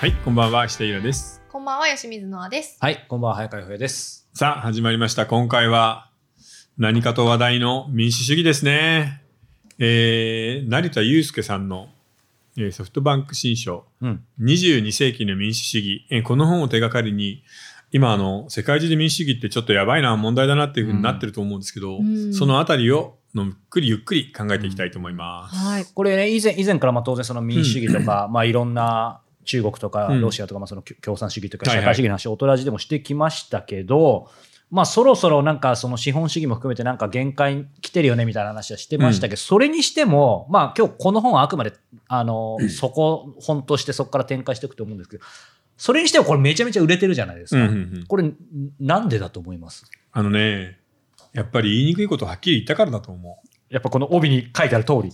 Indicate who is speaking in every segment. Speaker 1: はい、こんばんは、下平です。
Speaker 2: こんばんは、吉水のあです。
Speaker 3: はい、こんばんは、早川洋平です。
Speaker 1: さあ、始まりました。今回は、何かと話題の民主主義ですね。えー、成田悠介さんの、えーソフトバンク新書、
Speaker 3: うん。
Speaker 1: 22世紀の民主主義、えーこの本を手がかりに、今あの、世界中で民主主義ってちょっとやばいな、問題だなっていうふうになってると思うんですけど、
Speaker 2: うん
Speaker 1: そのあたりを、のゆっくりゆっくり考えていきたいと思います。
Speaker 2: はい。
Speaker 3: これね、以前、以前からまあ当然その民主主義とか、まあいろんな中国とか
Speaker 1: うん
Speaker 3: ロシアとか、まあその共産主義とか
Speaker 1: はい
Speaker 3: 社
Speaker 1: はい
Speaker 3: 会主義の話を大人じでもしてきましたけど、まあそろそろなんかその資本主義も含めてなんか限界来てるよねみたいな話はしてましたけど、それにしても、まあ今日この本はあくまで、あの、そこ、本としてそこから展開していくと思うんですけど、それにしてもこれめちゃめちゃ売れてるじゃないです
Speaker 1: うん
Speaker 3: か。
Speaker 1: うんうん
Speaker 3: これ、んなんでだと思います
Speaker 1: あのね、やっぱり言いにくいことをはっきり言ったからだと思う。
Speaker 3: やっぱこの帯に書いてある通り。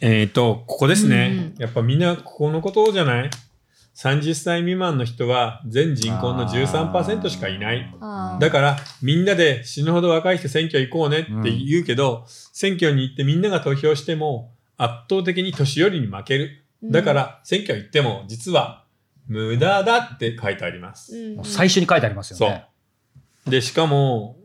Speaker 1: えー、と、ここですね
Speaker 2: う。ん
Speaker 1: やっぱみんなここのことじゃない ?30 歳未満の人は全人口の13%しかいない。
Speaker 2: あー
Speaker 1: だからみんなで死ぬほど若い人選挙行こうねって言うけど、選挙に行ってみんなが投票しても圧倒的に年寄りに負ける。だか、ら選挙行っても実は無駄だって書いてあります。
Speaker 2: うん
Speaker 3: もう最初に書いてありますよね。
Speaker 1: で、しかも、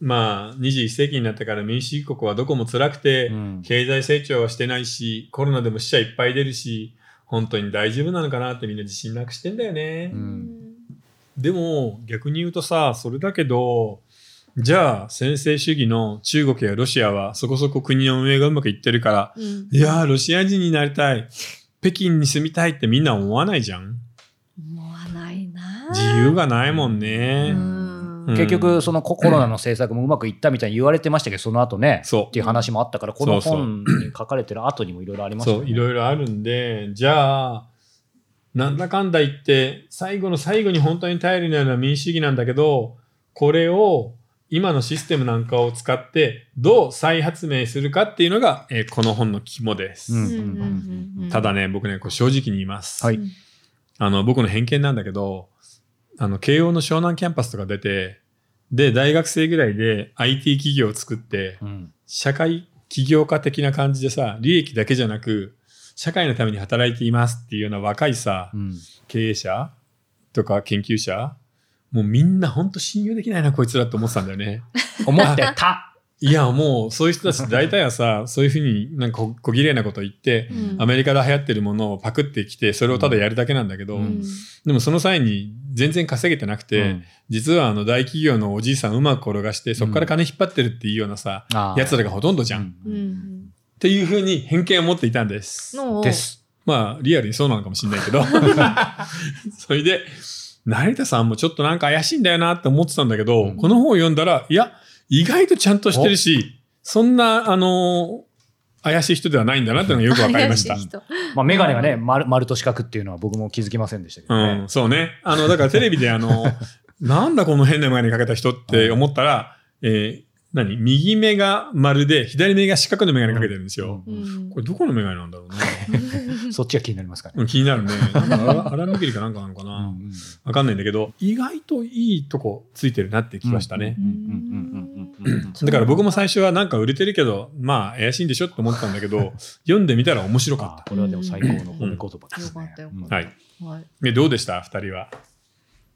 Speaker 1: まあ21世紀になったから民主主義国はどこも辛くて、
Speaker 3: うん
Speaker 1: 経済成長はしてないし、コロナでも死者いっぱい出るし、本当に大丈夫なのかなってみんな自信なくしてんだよね
Speaker 2: う。
Speaker 3: うん
Speaker 2: ん
Speaker 1: でも逆に言うとさ、それだけど、じゃあ専制主義の中国やロシアはそこそこ国の運営がうまくいってるから、
Speaker 2: うん
Speaker 1: いやーロシア人になりたい。北京に住みたいってみんな思わないじゃん。
Speaker 2: 思わないな。
Speaker 1: 自由がないもんね。
Speaker 2: うん
Speaker 1: うん
Speaker 3: 結局、そのココロナの政策もうまくいったみたいに言われてましたけど、その後ね、
Speaker 1: そう
Speaker 3: っていう話もあったから、この本に書かれてる後にもいろいろありました
Speaker 1: そ
Speaker 3: よ
Speaker 1: う、
Speaker 3: ね。
Speaker 1: いろいろあるんで、じゃあ、なんだかんだ言って、最後の最後に本当に頼りになるのは民主主義なんだけど、これを今のシステムなんかを使って、どう再発明するかっていうのが、えーこの本の肝です。
Speaker 3: うん
Speaker 2: うんうんうんうん
Speaker 1: ただね、僕ね、こう正直に言います。
Speaker 3: はい
Speaker 2: うん
Speaker 1: あの、僕の偏見なんだけど、あの、慶応の湘南キャンパスとか出て、で、大学生ぐらいで IT 企業を作って、
Speaker 3: うん
Speaker 1: 社会起業家的な感じでさ、利益だけじゃなく、社会のために働いていますっていうような若いさ
Speaker 3: う、ん
Speaker 1: 経営者とか研究者、もうみんなほんと信用できないな、こいつらって思ってたんだよね。
Speaker 3: 思ってた。
Speaker 1: いや、もうそういう人たち大体はさ、そういうふうになんかこ小綺麗なこと言って、
Speaker 2: うん
Speaker 1: アメリカで流行ってるものをパクってきて、それをただやるだけなんだけど、
Speaker 3: う
Speaker 2: うん
Speaker 1: でもその際に全然稼げてなくて、
Speaker 3: うん
Speaker 1: 実はあの大企業のおじいさんうまく転がして、そこから金引っ張ってるっていうようなさ、
Speaker 3: あー
Speaker 1: やつらがほとんどじゃん。
Speaker 2: う
Speaker 3: うん
Speaker 2: ん
Speaker 1: っていうふうに偏見を持っていたんです。
Speaker 2: の
Speaker 3: です。
Speaker 1: まあ、リアルにそうなのかもしれないけ ど。それで、成田さんもちょっとなんか怪しいんだよなって思ってたんだけど、
Speaker 3: うん
Speaker 1: この本を読んだら、いや、意外とちゃんとしてるし、そんな、あのー怪しい人ではないんだなっていうのがよくわかりました
Speaker 2: 怪。い人
Speaker 3: まあ、メガネがね、丸丸と四角っていうのは僕も気づきませんでしたけど
Speaker 1: う
Speaker 3: ね
Speaker 1: ん、。そうね。あの、だからテレビであ の、なんだこの変な眼鏡かけた人って思ったら、えー何右目が丸で、左目が四角の眼鏡かけてるんですよ。
Speaker 3: う
Speaker 2: うん
Speaker 1: これどこの眼鏡なんだろうね。
Speaker 3: そっちが気になりますかね。
Speaker 1: うん気になる ね。なんか荒荒抜きりかなんかなのかな。
Speaker 3: うん
Speaker 1: わかんないんだけど、意外といいとこついてるなってきましたね。
Speaker 3: うんうんうんうんうんうん
Speaker 1: だから僕も最初はなんか売れてるけど、まあ怪しいんでしょって思ってたんだけ でも読んでみたら面白
Speaker 3: あ
Speaker 1: か
Speaker 3: ーこれはでも最高の褒め言葉です
Speaker 2: うんよか
Speaker 3: ね
Speaker 2: ったよ。
Speaker 3: うん
Speaker 1: った。はい。
Speaker 2: はい
Speaker 1: でどうでした二人は。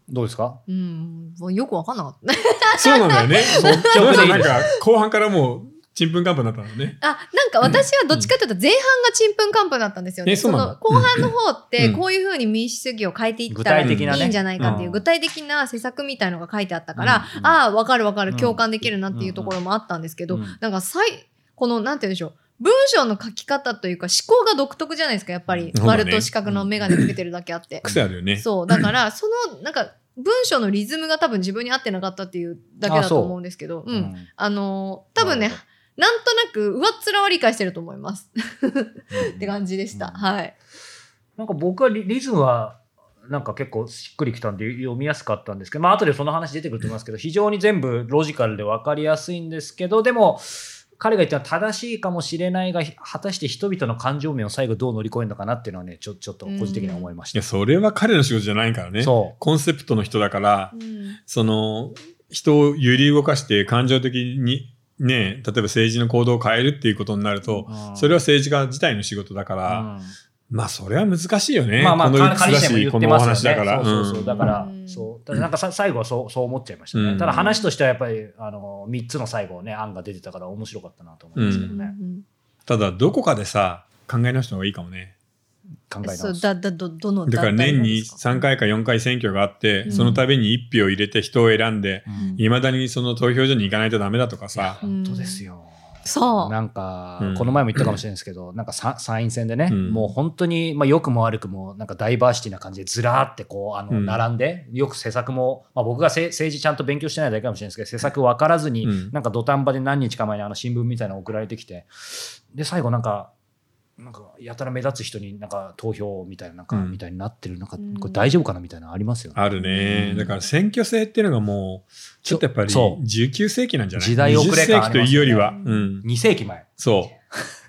Speaker 3: どうですか
Speaker 2: うんもうよくわかんなかったね。
Speaker 1: そうなんだよね。そう
Speaker 3: 直でいいです
Speaker 1: なんか後半からもうちんぷんかんぷんになったのね。
Speaker 2: あ、なんか私はどっちかというと前半がちんぷんかんぷんだったんですよ
Speaker 1: え
Speaker 2: ね。
Speaker 1: そう
Speaker 2: そ
Speaker 1: なの
Speaker 2: の後半の方っ
Speaker 1: う
Speaker 2: て
Speaker 1: ん
Speaker 2: こういうふうに民主主義を変えていっ
Speaker 3: 具
Speaker 2: たらい
Speaker 3: 体的なね。
Speaker 2: いんじゃないかっていううん具体的な施策みたいのが書いてあったから、
Speaker 3: うんうん
Speaker 2: ああ分かる分か
Speaker 3: う
Speaker 2: る
Speaker 3: ん
Speaker 2: 共感できるなっていうところもあったんですけど、
Speaker 3: うん
Speaker 2: なんかさいこのなんて言うんでしょう文章の書き方というか思考が独特じゃないですかやっぱり、
Speaker 1: そうだね
Speaker 2: 丸と四角の眼鏡かけてるだけあって。
Speaker 1: 癖あるよね。
Speaker 2: そうだからそのなんか文章のリズムが多分自分に合ってなかったっていうだけだと思うんですけどうん、
Speaker 3: うん
Speaker 2: あのー多分ね
Speaker 3: なるほ
Speaker 2: なんとなく上っ面は理解してると思います って感じでした、
Speaker 3: うん
Speaker 2: はい
Speaker 3: なんか僕はリリズムはなんか結構しっくりきたんで読みやすかったんですけど、まあ後でその話出てくると思いますけど、非常に全部ロジカルで分かりやすいんですけど、でも彼が言ったのは正しいかもしれないが、果たして人々の感情面を最後どう乗り越えるのかなっていうのはね、ちょちょっと個人的には思いまし
Speaker 1: い
Speaker 3: た。
Speaker 1: や、それは彼の仕事じゃないからね。
Speaker 3: そ
Speaker 1: コンセプトの人だから、その、人を揺り動かして感情的に、ね、例えば政治の行動を変えるっていうことになると、
Speaker 3: う。
Speaker 1: それは
Speaker 3: は、
Speaker 1: 政治家自体の仕事だから、まあ、それは難しいよね。
Speaker 3: まあまあ、
Speaker 1: この
Speaker 3: か仮にしても言
Speaker 1: こ
Speaker 3: って
Speaker 1: のお
Speaker 3: ます
Speaker 1: 話だか
Speaker 3: よね。
Speaker 1: ら。
Speaker 3: そうそうそう。
Speaker 1: ん
Speaker 3: だから
Speaker 2: う、ん
Speaker 3: そう。ただなんかさ最後はそう、そう思っちゃいました
Speaker 1: うん
Speaker 3: ね。ただ話としてはやっぱり、あの、3つの最後ね、案が出てたから面白かったなと思いますけど
Speaker 2: うんう
Speaker 3: ね。
Speaker 2: ん
Speaker 1: ただ、どこかでさ、考え直した方がいいかもね。
Speaker 3: 考え直
Speaker 2: そう
Speaker 3: す。
Speaker 2: だだどどの
Speaker 1: だから年に
Speaker 2: 3
Speaker 1: 3回か4回選挙があって、
Speaker 2: うん
Speaker 1: その度に1票入れて人を選んで、
Speaker 3: うん
Speaker 1: いまだにその投票所に行かないとダメだとかさ。
Speaker 3: 本当ですよ。
Speaker 2: そう
Speaker 3: なんか
Speaker 1: うん、
Speaker 3: この前も言ったかもしれないですけど、なんかさ参院選でね、
Speaker 1: うん
Speaker 3: もう本当に、まあ、良くも悪くも、なんかダイバーシティな感じで、ずらーってこう、あ
Speaker 1: う
Speaker 3: の、
Speaker 1: ん
Speaker 3: 並んで、よく施策も、まあ、僕がせ政治ちゃんと勉強してないだけかもしれないですけど、施策分からずに、
Speaker 1: うん
Speaker 3: なんか土壇場で何日か前にあの新聞みたいなの送られてきて、で、最後なんか、なんかやたら目立つ人になんか投票みたいな、なんか、
Speaker 1: うん
Speaker 3: みたいになってる、なんか、
Speaker 2: うん
Speaker 3: これ大丈夫かなみたいなのありますよね。
Speaker 1: あるね
Speaker 3: う。ん
Speaker 1: だから選挙制っていうのがもう、ちょっとやっぱり
Speaker 3: そう
Speaker 1: 19世紀なんじゃない
Speaker 3: 時代遅れ
Speaker 1: 20世
Speaker 3: 感
Speaker 1: 紀というよりは。うん。
Speaker 3: 2世紀前。
Speaker 1: そ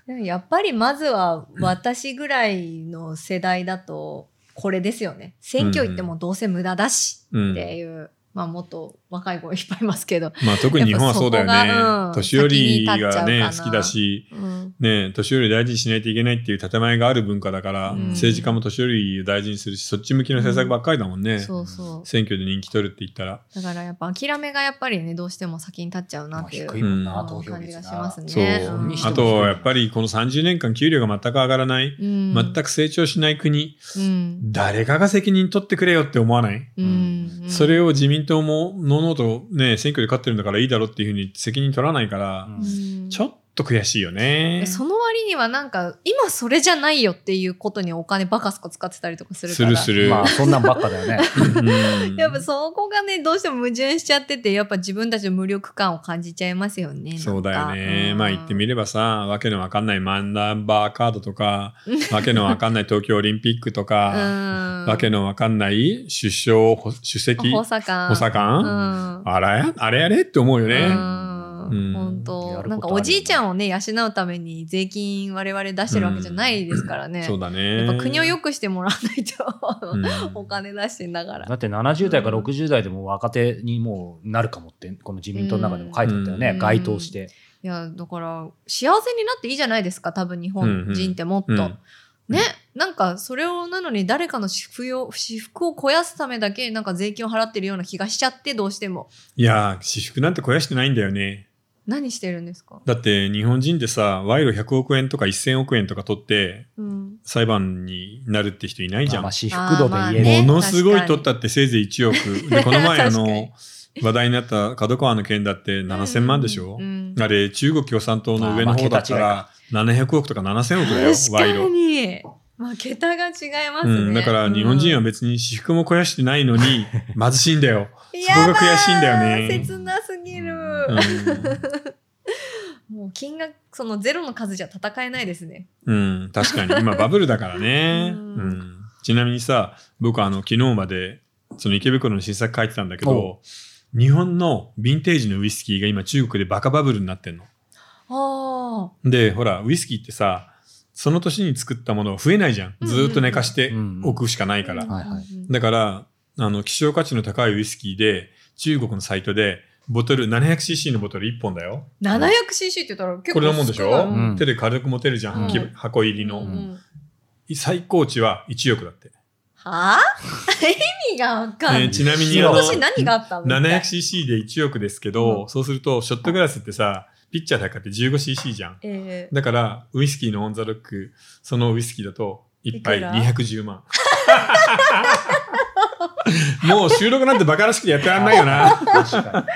Speaker 2: でもやっぱりまずは私ぐらいの世代だとこれですよね選挙行ってもどうせ無駄だし
Speaker 1: う。う
Speaker 2: っ
Speaker 1: ん。
Speaker 2: ていう、まあもっと若い子いっぱいいますけど、
Speaker 1: まあ特に日本はそうだよ
Speaker 2: やっぱそこがう
Speaker 1: ね
Speaker 2: ん。
Speaker 1: 年寄りが
Speaker 2: 先に
Speaker 1: ね、
Speaker 2: 立っちゃうかな
Speaker 1: 好きだし、
Speaker 2: うん
Speaker 1: ね、年寄りを大事にしないといけないっていう建前がある文化だから、
Speaker 2: うん
Speaker 1: 政治家も年寄りを大事にするし、そっち向きの政策ばっかりだもんね。
Speaker 2: そうそ
Speaker 1: 選挙で人気取るって言ったら。
Speaker 2: うだからやっぱ諦めがやっぱりねどうしても先に立っちゃうなっていう
Speaker 3: 低いもんな、
Speaker 2: うん
Speaker 3: 投票
Speaker 2: 感じ
Speaker 3: 率
Speaker 2: が
Speaker 3: な
Speaker 2: しますね
Speaker 1: そう。
Speaker 2: うん
Speaker 3: にして
Speaker 1: あ
Speaker 3: も
Speaker 1: と、やっぱりこの30年間給料が全く上がらない、
Speaker 2: うん
Speaker 1: 全く成長しない国、
Speaker 2: うん
Speaker 1: 誰かが責任取ってくれよって思わない
Speaker 2: うんうん
Speaker 1: それを自民党も、のうのうとね、選挙で勝ってるんだからいいだろっていうふうに責任取らないから、
Speaker 3: うん
Speaker 2: うん
Speaker 1: ちょっと悔しいよね
Speaker 2: え。その割にはなんか今それじゃないよっていうことにお金バカすか使ってたりとかする
Speaker 1: す
Speaker 2: から
Speaker 1: るする。
Speaker 3: まあそんなんばっ かだよね。
Speaker 1: うん
Speaker 2: やっぱそこがねどうしても矛盾しちゃっててやっぱ自分たちの無力感を感じちゃいますよね
Speaker 1: そうだよね。まあ言ってみ
Speaker 2: る
Speaker 1: ればさ、わけのわかんないマンナンバーカードとか、わけのわかんない東京オリンピックと か、わけ
Speaker 2: の
Speaker 1: のわかんない出生、ほ出席、
Speaker 2: 補
Speaker 1: 補
Speaker 2: 佐官
Speaker 1: 佐
Speaker 2: う
Speaker 1: 官、
Speaker 2: ん
Speaker 1: あれあれあれって思うよ
Speaker 2: う
Speaker 1: ね。うん
Speaker 2: ん本
Speaker 3: や
Speaker 2: 当
Speaker 3: ることある
Speaker 2: なんかおじいちゃんをね養うために税金我々出してるわけじゃないですからね、
Speaker 1: そうだね。
Speaker 2: やっぱ国を良くしてもらわないと、
Speaker 1: うん
Speaker 2: お金出してんだから
Speaker 3: だって70代から60代でもう若手にもうなるかもってこの自民党の中でも書いてあったよね、
Speaker 2: うん
Speaker 3: 該当して、
Speaker 2: いやだから幸せになっていいじゃないですか多分日本人ってもっと、
Speaker 1: うんうん
Speaker 2: ねなんかそれをなのに誰かの私服を私服を肥やすためだけなんか税金を払ってるような気がしちゃってどうしても
Speaker 1: いやー、私服なんて肥やしてないんだよね。
Speaker 2: 何してるんですか、
Speaker 1: だって日本人ってさ、賄賂100億円とか1000億円とか取って、
Speaker 2: うん、
Speaker 1: 裁判になるって人いないじゃん。
Speaker 3: まあ、私服度で
Speaker 2: あーまあ
Speaker 3: 言えば、
Speaker 2: ね
Speaker 1: ものすごい取ったってせいぜい1億。で、この前あ
Speaker 2: 確かに
Speaker 1: の、話題になった角川の件だって7000万でしょ、
Speaker 2: うん
Speaker 1: あれ、中国共産党の上の方だったら、700億とか7000億だよ、
Speaker 2: 確か
Speaker 1: 賄賂。
Speaker 2: に、まあ、桁が違いますね、
Speaker 1: うん、だから日本人は
Speaker 2: は
Speaker 1: 別に私服も肥やしてないの に貧しいんだよ。
Speaker 2: や
Speaker 1: そこが悔しいんだよね
Speaker 2: だー切なすぎる、
Speaker 1: うん
Speaker 2: もう金額そのゼロの数じゃ戦えないですね
Speaker 1: うん、確かに。今バブルだからね。う
Speaker 2: うん
Speaker 1: ん、ちなみにさ、僕あの昨日までその池袋の新作書いてたんだけど
Speaker 3: お、
Speaker 1: 日本のヴィンテージのウイスキーが今中国でバカバブルになってんの。
Speaker 2: ああ
Speaker 1: で、ほら、ウイスキーってさ、その年に作ったものは増えないじゃん。
Speaker 2: うん
Speaker 1: ずーっと寝かして
Speaker 3: うん
Speaker 1: おくしかないから。
Speaker 3: はいはい
Speaker 1: だから、あの、希少価値の高いウイスキーで、中国のサイトで、ボトル、700cc のボトル1本だよ。
Speaker 2: 700cc って言ったら結
Speaker 1: こ
Speaker 2: 構
Speaker 1: れのもんでしょ、
Speaker 2: 少
Speaker 3: う
Speaker 2: ない
Speaker 3: ん
Speaker 1: 手で軽く持てるじゃん。
Speaker 2: うん
Speaker 1: き箱入りの、
Speaker 2: うんうん
Speaker 1: 最高値は1億だって。
Speaker 2: はあ 意味がわかんない。
Speaker 1: えーちなみに、
Speaker 3: あ
Speaker 2: 今
Speaker 3: の
Speaker 2: 年何があったの
Speaker 1: 700cc で1億ですけど、
Speaker 2: うん
Speaker 1: そうすると、ショットグラスってさ、ピッチャーだからって 15cc じゃん。
Speaker 2: え
Speaker 1: だから、ウイスキーのオンザロック、そのウイスキーだと、一杯
Speaker 2: いくら
Speaker 1: 210万。もう収録なんてバカらしくてやってらんないよな。
Speaker 3: 確か
Speaker 2: ー、なんか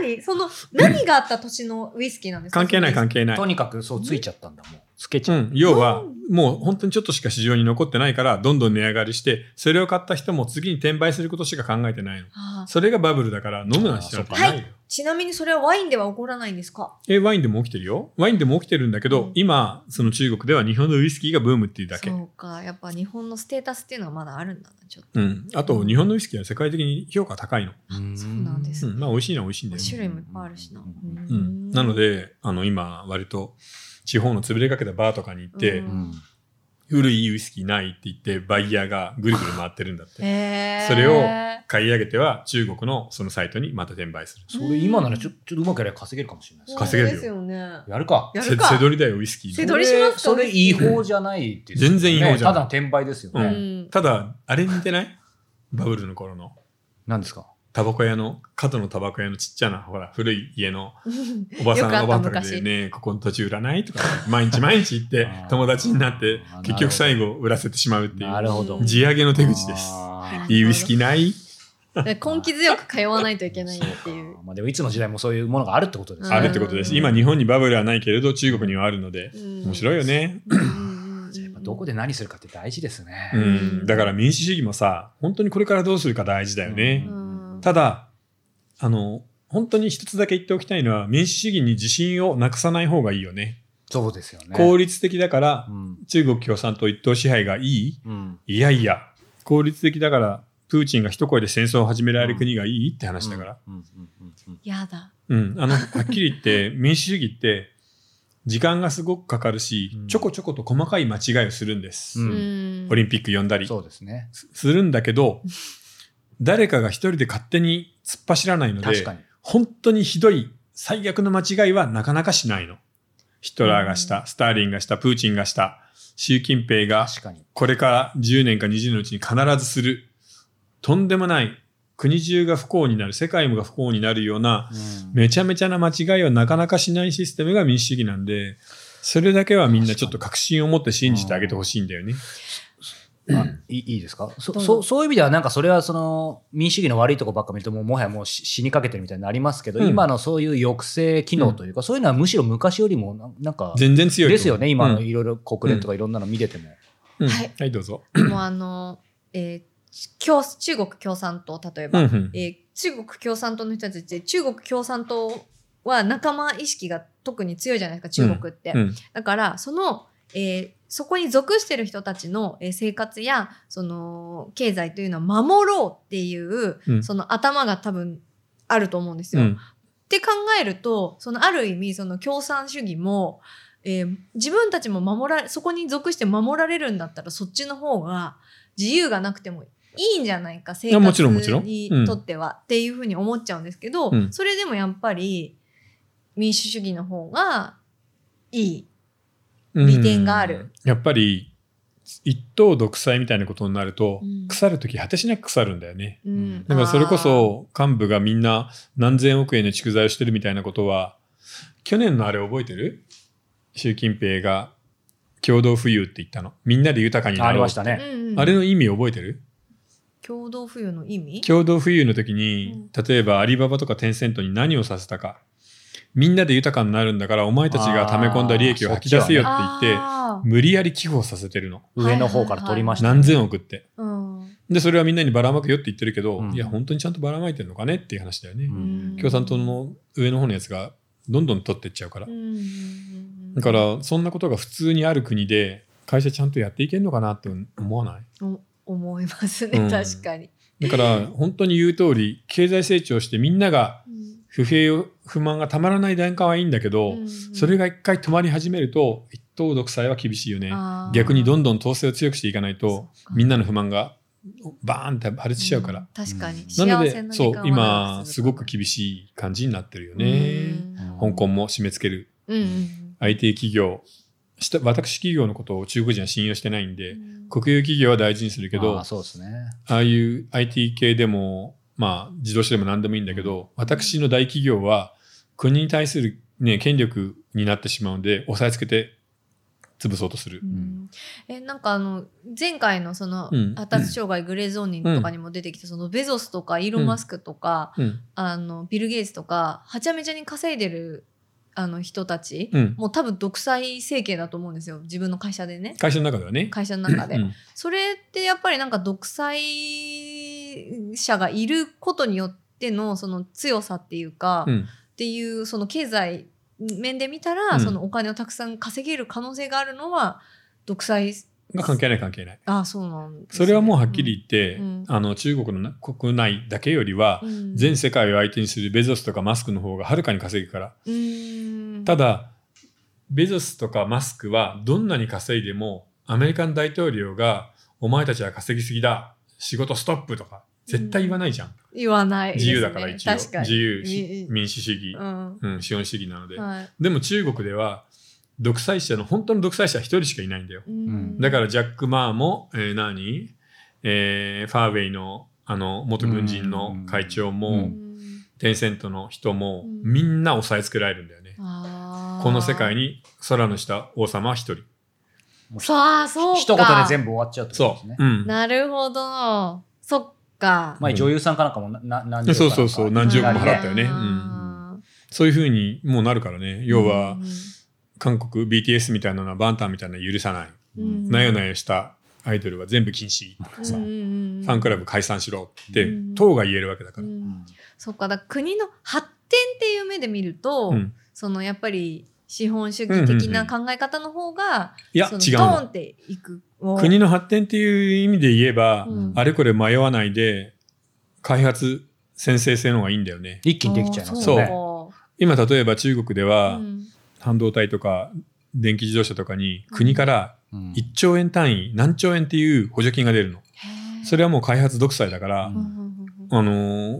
Speaker 2: 何その、何があった年のウイスキーなんですか
Speaker 1: 関係ない関
Speaker 2: 係
Speaker 1: 係ない
Speaker 3: にと。にかくそうついちゃったんだもんつけち
Speaker 1: う
Speaker 3: ゃう、
Speaker 1: ん、要は、もう本当にちょっとしか市場に残ってないから、どんどん値上がりして、それを買った人も次に転売することしか考えてないの。
Speaker 2: ああ
Speaker 1: それがバブルだから、飲むなんてしなくてないよ。
Speaker 2: ちなみにそれはワインでは起こらないんですか
Speaker 1: え、ワインでも起きてるよ。ワインでも起きてるんだけど、
Speaker 2: うん
Speaker 1: 今、その中国では日本のウイスキーがブームっていうだけ。
Speaker 2: そううか。やっぱ日本のステータスっていうのはまだあるんだな、ちょっと。
Speaker 1: ん。あと、日本のウイスキーは世界的に評価高いの。
Speaker 2: そうなんです
Speaker 1: う
Speaker 2: ね
Speaker 1: ん。まあ、美味しいのは美味しいんだよね。
Speaker 2: 種類もいっぱいあるしな。
Speaker 3: うん
Speaker 1: うん、なの、であの今割と地方の潰れかけたバーとかに行って、
Speaker 2: うん
Speaker 3: うん
Speaker 1: 古いウイスキーないって言ってバイヤーがぐるぐる回ってるんだって
Speaker 2: へー
Speaker 1: それを買い上げては中国のそのサイトにまた転売する
Speaker 3: それ今ならちょちょっとうまくやれば稼げるかもしれないです。
Speaker 1: 稼げるよ
Speaker 2: そうですよね。
Speaker 3: やるか。
Speaker 2: や
Speaker 1: せ
Speaker 2: るか。
Speaker 1: せどりだよウイスキー
Speaker 2: せ
Speaker 1: の
Speaker 2: どりしますか
Speaker 3: それそれ違法じゃないですよ
Speaker 1: 全
Speaker 3: ね
Speaker 1: 然違法じゃない
Speaker 3: ただの転売ですよ
Speaker 1: う
Speaker 2: う
Speaker 3: ね。
Speaker 2: ん。
Speaker 1: ただあれ似てないバブルの頃の
Speaker 3: 何ですか
Speaker 1: タバコ屋の角のタバコ屋のちっちゃなほら古い家のおばさん
Speaker 2: よくあった
Speaker 1: おばあんとかで
Speaker 2: 昔
Speaker 1: ねえここの土地売らないとか毎日毎日行って
Speaker 3: あー
Speaker 1: 友達になって
Speaker 3: あー
Speaker 1: 結局最後売らせてしまうってい
Speaker 3: な
Speaker 1: う
Speaker 3: るほど。
Speaker 1: 地上げの手口です
Speaker 3: あ
Speaker 1: いいウイスキーない
Speaker 2: だから 根気強く通わないといけ
Speaker 3: ー
Speaker 2: ないっていう。
Speaker 3: まあでもいつの時代もそういうものがあるってことですね。
Speaker 1: あるってことです今日本にバブルはないけれど中国にはあるので面白いよね
Speaker 2: うん。うんうん
Speaker 3: やっぱどこで何するかって大事ですね。
Speaker 1: うん、
Speaker 2: うん
Speaker 1: だから民主主義もさ本当にこれからどうするか大事だよね、
Speaker 2: うん
Speaker 1: ただあの本当に一つだけ言っておきたいのは民主主義に自信をなくさない方がいいよね
Speaker 3: そうですよね。
Speaker 1: 効率的だから
Speaker 3: うん
Speaker 1: 中国共産党一党支配がいい
Speaker 3: うん
Speaker 1: いやいや効率的だからプーチンが一声で戦争を始められる国がいいって話だから、
Speaker 3: うんうんうんうん
Speaker 2: やだ。
Speaker 1: うん、あの、はっきり言 って、民主主義って、時間がすごくかかるし、
Speaker 3: うん
Speaker 1: ちょこちょこと細かい間違いをするんです。
Speaker 3: うん
Speaker 2: うん
Speaker 1: オリンピック呼んだり
Speaker 3: そうですね。
Speaker 1: すするんだけど、誰かが一人で勝手に突っ走らないの
Speaker 3: 確
Speaker 1: で
Speaker 3: か、に。
Speaker 1: 本当にひどい最悪の間違いはなかなかしないの。ヒトラーがした、スターリンがした、プーチンがした、習近平が
Speaker 3: 確かに。
Speaker 1: これから10年か20年のうちに必ずする、とんでもない、国中が不幸になる、世界もが不幸になるような、
Speaker 3: うん
Speaker 1: めちゃめちゃな間違いをなかなかしないシステムが民主主義なんで、それだけはみんなちょっと確信を持って信じてあげてほしいんだよね。
Speaker 3: あいいいいですかそ
Speaker 2: どうぞ
Speaker 3: そうそういう意味ではなんかそれはその民主主義の悪いとこばっか見るともうもはやもう死死にかけてるみたいになりますけど、
Speaker 1: うん
Speaker 3: 今のそういう抑制機能というか、そういうのはむしろ昔よりもななんか
Speaker 1: 全然強いと思う。
Speaker 3: ですよね今の
Speaker 1: うん
Speaker 3: いろいろ国連とかいろんなの見てても、
Speaker 1: うん
Speaker 2: はい
Speaker 1: はい、どうぞ。
Speaker 2: もうあの、えー共中国共産党、例え
Speaker 1: う
Speaker 2: ば、
Speaker 1: んうん
Speaker 2: えー中国共産党の人たちって、中国共産党は仲間意識が特に強いじゃないですか、中国って。
Speaker 1: うん
Speaker 2: だから、その、えーそこに属してる人たちのえー生活や、その、経済というのは守ろうっていう、
Speaker 1: うん
Speaker 2: その頭が多分あると思うんです
Speaker 1: う
Speaker 2: よ。
Speaker 1: ん
Speaker 2: って考えるとそのある意味その共産主義も、えー自分たちも守られそこに属して守られるんだったらそっちの方が自由がなくてもいいんじゃないか生
Speaker 1: やもちろんもちろん
Speaker 2: 活に
Speaker 1: うん
Speaker 2: とっては、っていうふうに思っちゃうんですけど、
Speaker 1: うん
Speaker 2: それでもやっぱり民主主義の方がいい。
Speaker 1: うん
Speaker 2: 利点がある。
Speaker 1: やっぱり、一党独裁みたいなことになると
Speaker 2: うん、
Speaker 1: 腐るとき果てしなく腐るんだよね。
Speaker 2: うん
Speaker 1: だからそれこそ幹部がみんな何千億円の蓄財をしてるみたいなことは、去年のあれ覚えてる習近平が共同富裕って言ったの。みんなで豊かに
Speaker 3: あ
Speaker 1: な
Speaker 3: り
Speaker 1: ろう
Speaker 3: ま
Speaker 1: っ
Speaker 3: してた
Speaker 2: あー、
Speaker 3: ね、
Speaker 2: うんうん
Speaker 1: あれの意味覚えてる
Speaker 2: 共同富裕の意味
Speaker 1: 共同富裕の時に、例えばアリババとかテンセントに何をさせたか。みんなで豊かになるんだから、お前たちが溜め込んだ利益を吐き出せよって言って、
Speaker 2: あ
Speaker 1: 無理やり寄付をさせてるの。
Speaker 3: 上の方から取りました、
Speaker 1: 何千億って。
Speaker 2: ーうん
Speaker 1: で、それはみんなにばらまくよって言ってるけど、
Speaker 3: うん
Speaker 1: いや、本当にちゃんとばらまいてるのかねっていう話だよね。
Speaker 3: うん
Speaker 1: 共産党の上の方のやつがどんどん取ってっちゃうから。
Speaker 2: うんうんうんうん
Speaker 1: だから、そんなことが普通にある国で、会社ちゃんとやっていけるのかなって思わない
Speaker 2: お思いますね、
Speaker 1: うん
Speaker 2: 確かに。
Speaker 1: だから、本当に言う通り、経済成長してみんなが不平を不満がたまらない段階はいいんだけど、それ
Speaker 2: が
Speaker 1: が一回止まり始めると一党独裁は厳しいよね逆にどんどん統制を強くしていかないとみんなの不満がバーンって破裂しちゃうから、
Speaker 2: 確かに
Speaker 3: うん。
Speaker 1: なの
Speaker 2: 幸せ
Speaker 1: で
Speaker 2: な時
Speaker 1: そ
Speaker 2: 間
Speaker 1: う
Speaker 2: は
Speaker 1: 今
Speaker 2: 長く
Speaker 1: す
Speaker 2: 続
Speaker 1: ご
Speaker 2: く
Speaker 1: く厳しい感じになってるよね、
Speaker 3: うん
Speaker 1: 香港も締め付ける
Speaker 2: うんうん。
Speaker 1: IT 企業した私企業のことを中国人は信用してないんで、
Speaker 2: うん
Speaker 1: 国有企業は大事にするけど
Speaker 3: あーそうですね
Speaker 1: ああいう IT 系でも、まあ、自動車でも何でもいいんだけど、私の大企業は国に対する、ね、権力になってしまうんで、押さえつけて潰そうとする
Speaker 2: う。んえなんかあの前回のその
Speaker 1: うん
Speaker 2: 発達障害グレーゾーニンとかにも出てきてそのベゾスとかイーロン・マスクとか
Speaker 1: うん。
Speaker 2: あのビル・ゲイツとかはちゃめちゃに稼いでるあの人たち
Speaker 1: うん。
Speaker 2: もう多分独裁政権だと思うんですよ自分の会社でね
Speaker 1: 会社の中ではね。
Speaker 2: 会社の中で
Speaker 1: う。ん
Speaker 2: それってやっぱりなんか独裁者がいることによってのその強さっていうか、
Speaker 1: う
Speaker 2: っ
Speaker 1: ん。
Speaker 2: ていうその経済面で見たら、
Speaker 1: うん
Speaker 2: そのお金をたくさん稼げる可能性があるのは独裁
Speaker 1: が関係ない関係ない。
Speaker 2: あそうなんです
Speaker 1: そ
Speaker 2: ね
Speaker 1: れはもうはっきり言って、
Speaker 2: うん
Speaker 1: あの中国のな国内だけよりは、
Speaker 2: うん
Speaker 1: 全世界を相手にするベゾスとかマスクの方がはるかに稼ぐから。
Speaker 2: うん
Speaker 1: ただ、ベゾスとかマスクはどんなに稼いでもアメリカの大統領が、お前たちは稼ぎすぎだ、仕事ストップとか、絶対言わないじゃん。
Speaker 2: 言わないです
Speaker 1: 自
Speaker 2: ね、
Speaker 1: 由だから一応。
Speaker 2: 確かに
Speaker 1: 自由
Speaker 2: いい、
Speaker 1: 民主主義
Speaker 2: う、ん
Speaker 1: うん、資本主義なので。
Speaker 2: はい
Speaker 1: でも中国では、独裁者の、本当の独裁者は一人しかいないんだよ。
Speaker 2: うん
Speaker 1: だからジャック・マーも、えー何、えーファーウェイのあの元軍人の会長も、
Speaker 3: うん
Speaker 2: うん
Speaker 1: テンセントの人も、
Speaker 2: うん
Speaker 1: みんな押さえつけられるんだよね。
Speaker 2: あー
Speaker 1: この世界に空の下王様は一人。
Speaker 2: さあそうか
Speaker 3: 一言で全部終わっちゃうってこと
Speaker 1: そう。
Speaker 3: ですね。
Speaker 1: うん。
Speaker 2: なるほどそっか
Speaker 3: 前女優さんかなんかもなな何十
Speaker 1: そうそうそう何十億も払ったよねうん
Speaker 2: あー
Speaker 1: そういうふうにもうなるからね。要は
Speaker 2: うん、
Speaker 1: 韓国 BTS みたいなのはバンタンみたいなの許さない。
Speaker 2: うん
Speaker 1: なよなよしたアイドルは全部禁止とかさ、
Speaker 2: うん
Speaker 1: フ
Speaker 2: うんうん
Speaker 1: ァンクラブ解散しろって、
Speaker 2: うん
Speaker 1: 党が言えるわけだか
Speaker 2: う
Speaker 1: ら。
Speaker 2: んそっかだから国の発展っていう目で見ると、
Speaker 1: うん
Speaker 2: そのやっぱり資本主義的な考え方の方が、
Speaker 1: いや、
Speaker 2: その
Speaker 1: 違う
Speaker 2: ドー
Speaker 1: の
Speaker 2: ン。っていくを
Speaker 1: 国の発展っていう意味で言えば、
Speaker 2: うん
Speaker 1: あれこれ迷わないで開発先制性の方がいいんだよね
Speaker 3: 一気にできちゃいます
Speaker 1: そう
Speaker 3: よね。
Speaker 1: 今例えば中国で
Speaker 2: あー
Speaker 1: は、
Speaker 2: そううん
Speaker 1: 半導体とか電気自動車とかに
Speaker 2: うん
Speaker 1: 国から
Speaker 3: うん
Speaker 1: 1兆円単位何兆円っていう補助金が出るの
Speaker 2: へー
Speaker 1: それはもう開発独裁だから、
Speaker 3: う
Speaker 2: うんんうん
Speaker 1: あの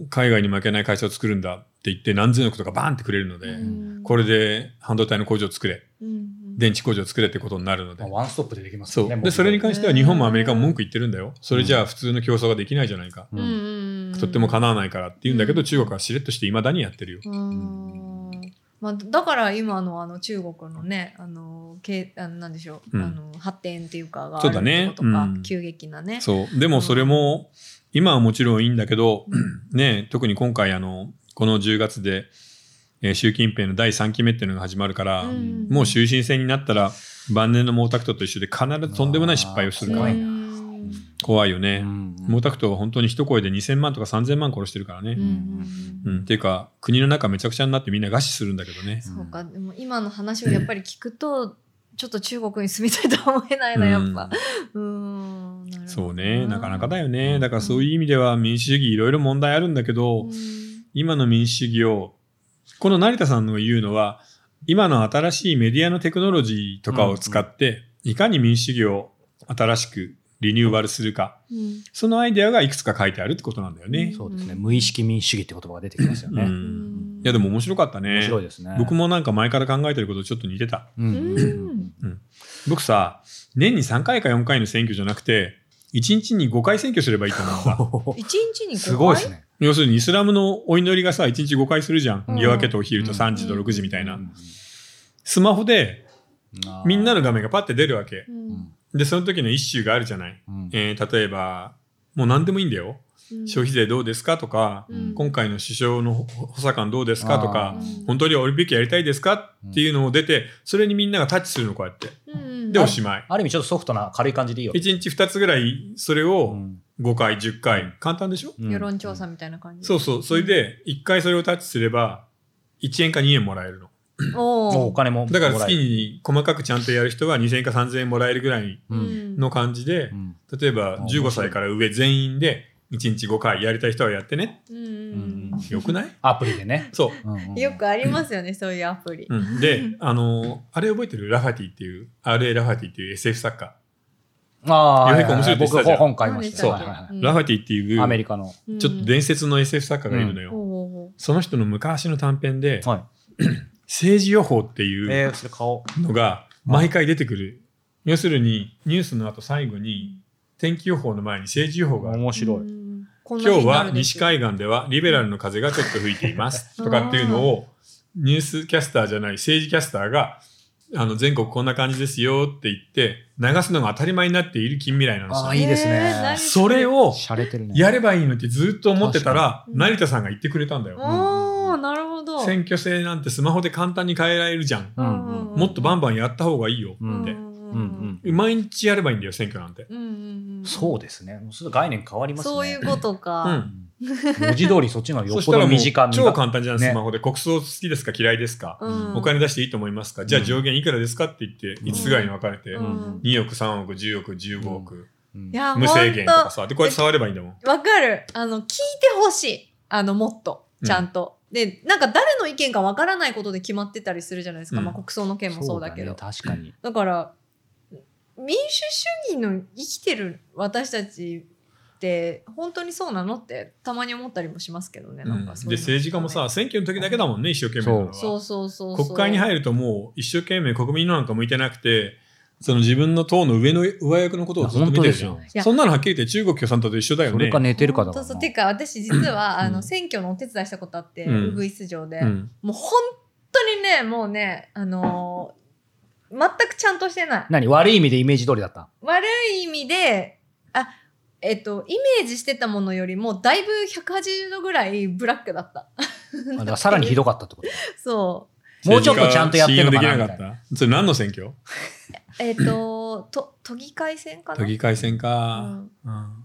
Speaker 1: ー海外に負けない会社を作るんだって言って何千億とかバーンってくれるので、
Speaker 2: うん
Speaker 1: これで半導体の工場を作れ
Speaker 2: うんうん
Speaker 1: 電池工場を作れってことになるので
Speaker 3: まあ、ワンストップでできます
Speaker 1: そ
Speaker 3: よ
Speaker 1: う
Speaker 3: ね。
Speaker 1: でそれに関しては日本もアメリカも文句言ってるんだよそれじゃ
Speaker 3: う
Speaker 1: あ普通の競争ができないじゃないか
Speaker 3: う
Speaker 2: うん
Speaker 3: ん
Speaker 2: うんうん
Speaker 1: とっても叶わないからって言うんだけど、
Speaker 2: うん
Speaker 1: 中国はしれっとしていまだにやってるよ。
Speaker 2: うーんまあ、だから今のあの中国のねあのけあのなんでしょう、
Speaker 1: うん
Speaker 2: あの発展っていうかがあ
Speaker 1: そう
Speaker 2: る
Speaker 1: だね
Speaker 2: ってことか、
Speaker 1: うん
Speaker 2: 急激なね。
Speaker 1: そうでもそれも今はもちろんいいんだけど、ね、特に今回あのこの10月で、えー習近平の第3期目っていうのが始まるから、
Speaker 2: ん
Speaker 1: もう終身制になったら晩年の毛沢東と一緒で必ずとんでもない失敗をするから
Speaker 3: あー
Speaker 2: う
Speaker 3: 怖い
Speaker 1: ね
Speaker 2: ーん
Speaker 3: な
Speaker 1: 怖いよ
Speaker 3: う
Speaker 1: ね。
Speaker 3: ん
Speaker 1: 毛沢東は本当に一声で2000万とか3000万殺してるからね。う
Speaker 2: う
Speaker 1: んんっていうか国の中めちゃくちゃになってみんな餓死するんだけどね。
Speaker 2: そうかでも今の話をやっぱり聞くとちょっと中国に住みたいとは思えないなやっぱ。うーんなるほど
Speaker 1: そうねなかなかだよ
Speaker 3: う
Speaker 1: ね
Speaker 3: ん
Speaker 1: だからそういう意味では民主主義いろいろ問題あるんだけど、
Speaker 2: うん
Speaker 1: 今の民主主義をこの成田さんの言うのは今の新しいメディアのテクノロジーとかを使って、いかに民主主義を新しくリニューアルするか
Speaker 2: うん
Speaker 1: そのアイデアがいくつか書いてあるってことなんだよね。
Speaker 3: そうですね。無意識民主主義って言葉が出てきますよ
Speaker 1: うん
Speaker 3: ね。
Speaker 1: いやでも面白かった
Speaker 3: 面
Speaker 1: ね
Speaker 3: 白いですね。
Speaker 1: 僕もなんか前から考えてることちょっと似てた
Speaker 3: うん。
Speaker 2: うん
Speaker 1: 僕さ年に3回か4回の選挙じゃなくて1日に5回選挙すればいいと思うん だ
Speaker 2: 一日に5回
Speaker 3: すごいですね。
Speaker 1: 要するにイスラムのお祈りがさ1日5回するじゃん、
Speaker 3: うん
Speaker 1: 夜明けとお昼と3時と6時みたいな、スマホでみんなの画面がパッて出るわけ
Speaker 2: う。
Speaker 3: うんん
Speaker 1: で、その時の一周があるじゃない。
Speaker 3: うん
Speaker 1: えー例えば、もう何でもいいんだよ。
Speaker 2: うん
Speaker 1: 消費税どうですかとか、
Speaker 2: うん
Speaker 1: 今回の首相の補補佐官どうですかとか
Speaker 2: あ、ー
Speaker 1: 本当にオリンピックやりたいですかっていうのを出て、それにみんながタッチするの、こうやって。
Speaker 2: うん
Speaker 1: で、おしまい。
Speaker 3: ある意味ちょっとソフトな軽い感じでいいよ。
Speaker 1: 1日2つぐらい、それを
Speaker 3: うん
Speaker 1: 5回、10回。簡単でしょ
Speaker 2: 世論調査みたいな感じ。
Speaker 1: そうそう。それで、1回それをタッチすれば、1円か2円もらえるの。
Speaker 2: おー
Speaker 3: もうお金もも
Speaker 1: だから
Speaker 3: らえ
Speaker 1: 月
Speaker 3: る
Speaker 1: に細かくちゃんとやる人は2000円か3000円もらえるぐらい
Speaker 3: うん
Speaker 1: の感じで
Speaker 3: う、ん
Speaker 1: 例えば
Speaker 3: あ
Speaker 1: 15歳から上全員で1日5回やりたい人はやってね
Speaker 2: うんうん
Speaker 3: うん
Speaker 1: よく ない
Speaker 3: アプリでね。
Speaker 1: そう、
Speaker 2: うんよくありますよね、そういうアプリ。
Speaker 1: うん、であのーあれ覚えてるラファティっていう RA ラファティっていう SF 作家、
Speaker 3: ああ、
Speaker 1: ヨヘコ面白いって言ってた
Speaker 3: 僕
Speaker 1: じゃん
Speaker 3: 本買いました。
Speaker 1: そう
Speaker 3: はいはいは
Speaker 1: ラファティって
Speaker 3: い
Speaker 1: いう
Speaker 3: アメリカの。
Speaker 1: ちょっと伝説の SF 作家がいるのよ、
Speaker 2: おー
Speaker 1: その人の昔の短編で、
Speaker 3: はい。
Speaker 1: 政治予報ってい
Speaker 3: え
Speaker 1: う
Speaker 3: ー、それ買おう。
Speaker 1: のが毎回出てくる、要するにニュースの後最後に天気予報の前に政治予報がある
Speaker 3: 面白い。
Speaker 2: うんこんな
Speaker 1: 今
Speaker 2: 日
Speaker 1: 日
Speaker 2: にな
Speaker 1: は
Speaker 2: るでし
Speaker 1: 西
Speaker 2: ょ
Speaker 1: 海岸ではリベラルの風がちょっと吹いています とかっていうのをニュースキャスターじゃない政治キャスターがあの全国こんな感じですよって言って流すのが当たり前になっている近未来なんです
Speaker 3: あ
Speaker 1: よ
Speaker 3: ーいいですね
Speaker 2: えー何
Speaker 1: それを
Speaker 3: 洒落てるね。
Speaker 1: やればいいのってずっと思ってたら
Speaker 2: 確かに
Speaker 1: 成田さんが言ってくれたんだよ。
Speaker 2: おーなるほど。
Speaker 1: 選挙制なんてスマホで簡単に変えられるじゃん。
Speaker 3: うんうん
Speaker 2: うん
Speaker 1: もっとバンバンやった方がいいよ
Speaker 3: うん
Speaker 1: っ
Speaker 3: で
Speaker 1: て
Speaker 2: う。ん
Speaker 3: うんうん。
Speaker 1: 毎日やればいいんだよ、選挙なんて。
Speaker 2: うんうんうん
Speaker 3: そうですね。もうすぐ概念変わりますね。
Speaker 2: そういうこと
Speaker 1: う
Speaker 2: か。
Speaker 1: ん。
Speaker 3: 文字通りそっちの方がよ
Speaker 1: そ
Speaker 3: っ
Speaker 1: したら
Speaker 3: ぽど
Speaker 1: もう
Speaker 3: 身近
Speaker 1: 超簡単じゃん、
Speaker 3: ね
Speaker 1: スマホで。国葬好きですか嫌いですか
Speaker 2: うん
Speaker 1: お金出していいと思いますか、じゃあ
Speaker 3: うん
Speaker 1: 上限いくらですかって言って、
Speaker 3: うん
Speaker 1: 5つぐらいに分かれて、
Speaker 2: うん
Speaker 3: うん
Speaker 1: 2億、3億、10億、15億、
Speaker 3: うん
Speaker 2: いや、
Speaker 1: 無制限と
Speaker 2: ほん
Speaker 1: かさ、で、こうやって触ればいいんだもん。
Speaker 2: とわかる。あの、聞いてほしい。あの、もっと、ちゃんと。で、なんか誰の意見かわからないことで決まってたりするじゃないですか。
Speaker 1: うん
Speaker 2: まあ、国葬の件もそうだけど。
Speaker 3: ね確かに。
Speaker 2: だから民主主義の生きてる私たちって本当にそうなのってたまに思ったりもしますけどね。なんかそう
Speaker 1: で
Speaker 2: いうの
Speaker 1: 政治家もさ選挙の時だけだもんね一生懸命なのは
Speaker 2: そうそうそうそう
Speaker 1: 国会に入るともう一生懸命国民のなんか向いてなくてその自分の党の上の上役のことをずっと見てるじゃ
Speaker 3: あ
Speaker 1: ん
Speaker 3: 本当
Speaker 2: すよ
Speaker 1: そんなのはっきり言って中国共産党と一緒だよ
Speaker 3: そ
Speaker 1: ね
Speaker 3: れか寝てるかだ
Speaker 2: そ
Speaker 3: か
Speaker 2: う
Speaker 3: ら
Speaker 2: そ
Speaker 3: な
Speaker 2: うてか私実はあ
Speaker 1: う
Speaker 2: の
Speaker 1: ん
Speaker 2: 選挙のお手伝いしたことあって、
Speaker 1: うん
Speaker 2: ウグイス城で、
Speaker 1: うん
Speaker 2: もう本当にねもうねあのー全くちゃんとしてない
Speaker 3: 何悪い意味でイメージ通りだ った
Speaker 2: 悪い意味であえっとイメージしてたものよりもだいぶ180度ぐらいブラックだった
Speaker 3: あだからさらにひどかったってこと
Speaker 2: そ
Speaker 3: もうちょっとちゃんとやってるのかな
Speaker 1: 信用
Speaker 3: み
Speaker 1: でき
Speaker 3: たい
Speaker 1: な
Speaker 3: な
Speaker 1: かったそれ何の選挙
Speaker 2: うえっとと都議会選かな
Speaker 1: 都議会選
Speaker 2: う
Speaker 1: か、
Speaker 2: ん
Speaker 1: うん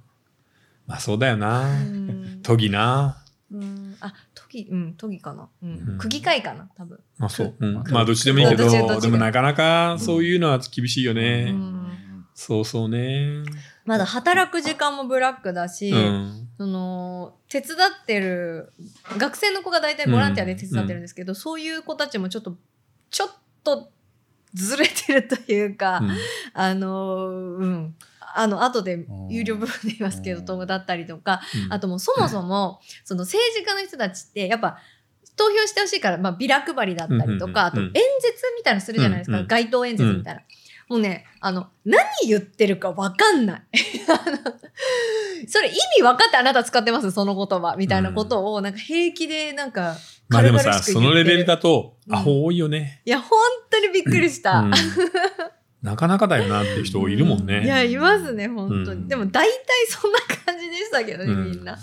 Speaker 1: まあそうだよな、
Speaker 2: うん
Speaker 1: 都議な
Speaker 2: うんあ都議うん都議かな、うん
Speaker 1: うん
Speaker 2: 区議会かな多分、
Speaker 1: まあそう、うん
Speaker 3: うん
Speaker 1: まあどっちでもいいけど
Speaker 2: どっちでもどっちで
Speaker 1: で
Speaker 2: も
Speaker 1: もなかなかそういうのは厳しいよね、
Speaker 2: うん
Speaker 1: そうそうね
Speaker 2: まだ働く時間もブラックだし、
Speaker 1: うん
Speaker 2: その手伝ってる学生の子が大体ボランティアで手伝ってるんですけど、そういう子たちもちょっとちょっとずれてるというか、
Speaker 1: うん
Speaker 2: あのうんあの後で有料部分で言いますけど、
Speaker 3: うん
Speaker 2: 友だったりとかあともうそもそも、その政治家の人たちってやっぱ投票してほしいから、まあ、ビラ配りだったりとか、
Speaker 1: うんうんうんうん
Speaker 2: あと演説みたいなのするじゃないですか、
Speaker 1: うんうん
Speaker 2: 街頭演説みたいな。もうね、あの、何言ってるか分かんない。 あのそれ意味分かってあなた使ってますその言葉みたいなことを、なんか平気で、なんか、
Speaker 1: まあでもさ、
Speaker 2: 軽々しく
Speaker 1: そ
Speaker 2: 言ってる
Speaker 1: のレベルだと、
Speaker 2: うん
Speaker 1: アホ多いよね。
Speaker 2: いや、本当にびっくりした。
Speaker 1: うんなかなかだよなっていう人いるもん
Speaker 2: い
Speaker 1: ね。
Speaker 2: や、いますね、本当に。
Speaker 1: うん
Speaker 2: でも大体そんな感じでしたけどね、
Speaker 1: うん
Speaker 2: みんな。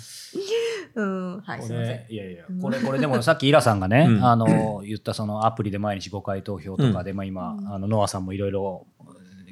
Speaker 2: うん、はい、
Speaker 3: こ
Speaker 2: すいません
Speaker 3: れ。いやいやこれこれでもさっきイラさんがね、
Speaker 1: うん
Speaker 3: あの言ったそのアプリで毎日5回投票とかで、まあ今
Speaker 2: うん
Speaker 3: あのノアさんもいろいろ